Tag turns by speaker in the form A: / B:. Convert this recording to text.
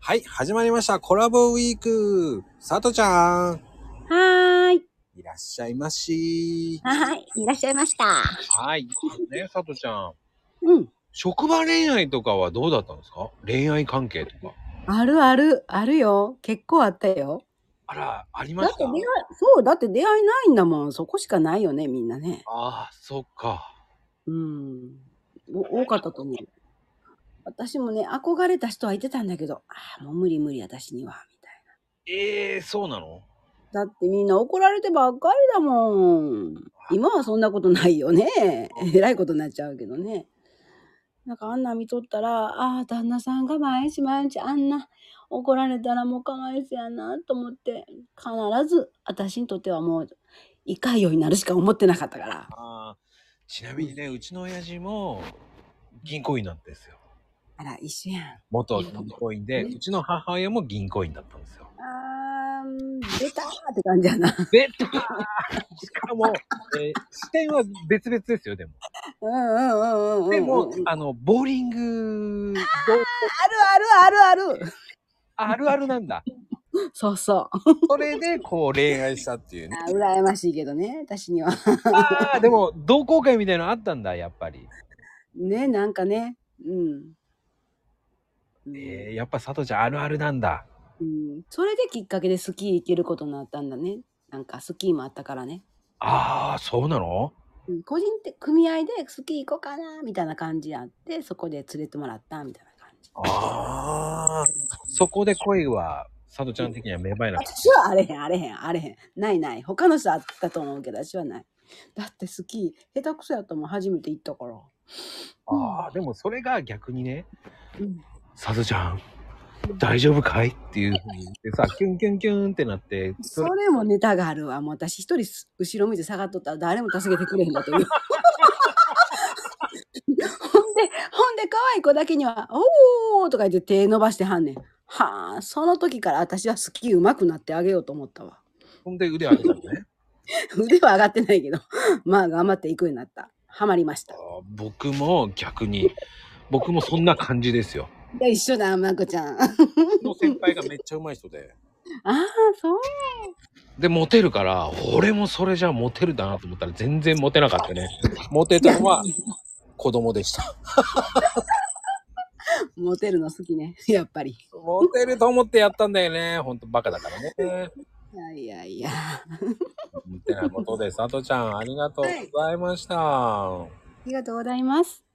A: はい、始まりました。コラボウィーク。さとちゃん、
B: はーい。
A: いらっしゃいまし。
B: はい。いらっしゃいました。
A: はい。ね、さとちゃん。
B: うん。
A: 職場恋愛とかはどうだったんですか恋愛関係とか。
B: あるある、あるよ。結構あったよ。
A: あら、ありま
B: だっ
A: してた
B: 出。会い、そう、だって出会いないんだもん。そこしかないよね、みんなね。
A: ああ、そっか。
B: うん。お多かったと思う。私もね、憧れた人はいてたんだけど、ああ、もう無理無理、私には、みたい
A: ええそうなの
B: な。だってみんな怒られてばっかりだもん。今はそんなことないよね。えらいことになっちゃうけどね。なんかあんな見とったら、ああ、旦那さんが毎日毎日あんな怒られたらもうかわいそうやなと思って、必ず私にとってはもう、いかようになるしか思ってなかったから。
A: ああ、ちなみにね、うちの親父も銀行員なんですよ。
B: あら、一緒やん。
A: 元銀行員で、
B: うん
A: うちの母親も銀行員だったんですよ。
B: あー、出たーって感じやな。
A: で、しかも、えー視点は別々ですよ、でも。
B: うんうんうんうん。
A: でも、
B: うん
A: あの、ボーリングの
B: あるあるあるある。
A: あるあるなんだ。
B: そうそう。
A: それで、こう、恋愛したっていうね。
B: あ羨ましいけどね、私には。
A: ああ、でも、同好会みたいなのあったんだ、やっぱり。
B: ね、なんかね。うん。うん
A: えー、やっぱ、佐藤ちゃん、あるあるなんだ。
B: うん、それできっかけでスキー行けることになったんだね。なんかスキーもあったからね。
A: ああ、そうなの
B: うん個人って組合でスキー行こうかなみたいな感じやって、そこで連れてもらったみたいな感じ。
A: ああ、そこで恋は、佐藤ちゃん的には芽生えなかった。
B: 私はあれへん、あれへん、あれへん。ないない。他の人あったと思うけど、私はない。だってスキー、下手くそやったもん、初めて行ったから。
A: ああ、でも、それが逆にね、
B: うん、
A: 佐藤ちゃん、大丈夫かいっていうふうに言ってさ、キュンキュンキュンってなって、
B: そ
A: それ
B: れもネタがあるわ。もう私一人す後ろ見て下がっとったら誰も助けてくれへんかという。ほん で、ほんで可愛い子だけには、おーとか言って手伸ばしてはんねん。はあ、その時から私はスキー上手くなってあげようと思ったわ。
A: ほんで腕上げたのね。
B: 腕は上がってないけど、まあ頑張っていくようになった。ハマりました。
A: あー僕も逆に、僕もそんな感じですよ。
B: で一緒だ、まこちゃん。あ
A: の先輩がめっちゃうまい人で。
B: あ、そう。
A: で、モテるから、俺もそれじゃモテるだなと思ったら全然モテなかったね。モテたのは子供でした。
B: モテるの好きね。やっぱり。
A: モテると思ってやったんだよね。ほんとバカだからね。
B: いやいやいや。
A: みたいなことで、佐藤ちゃんありがとうございました。
B: ありがとうございます。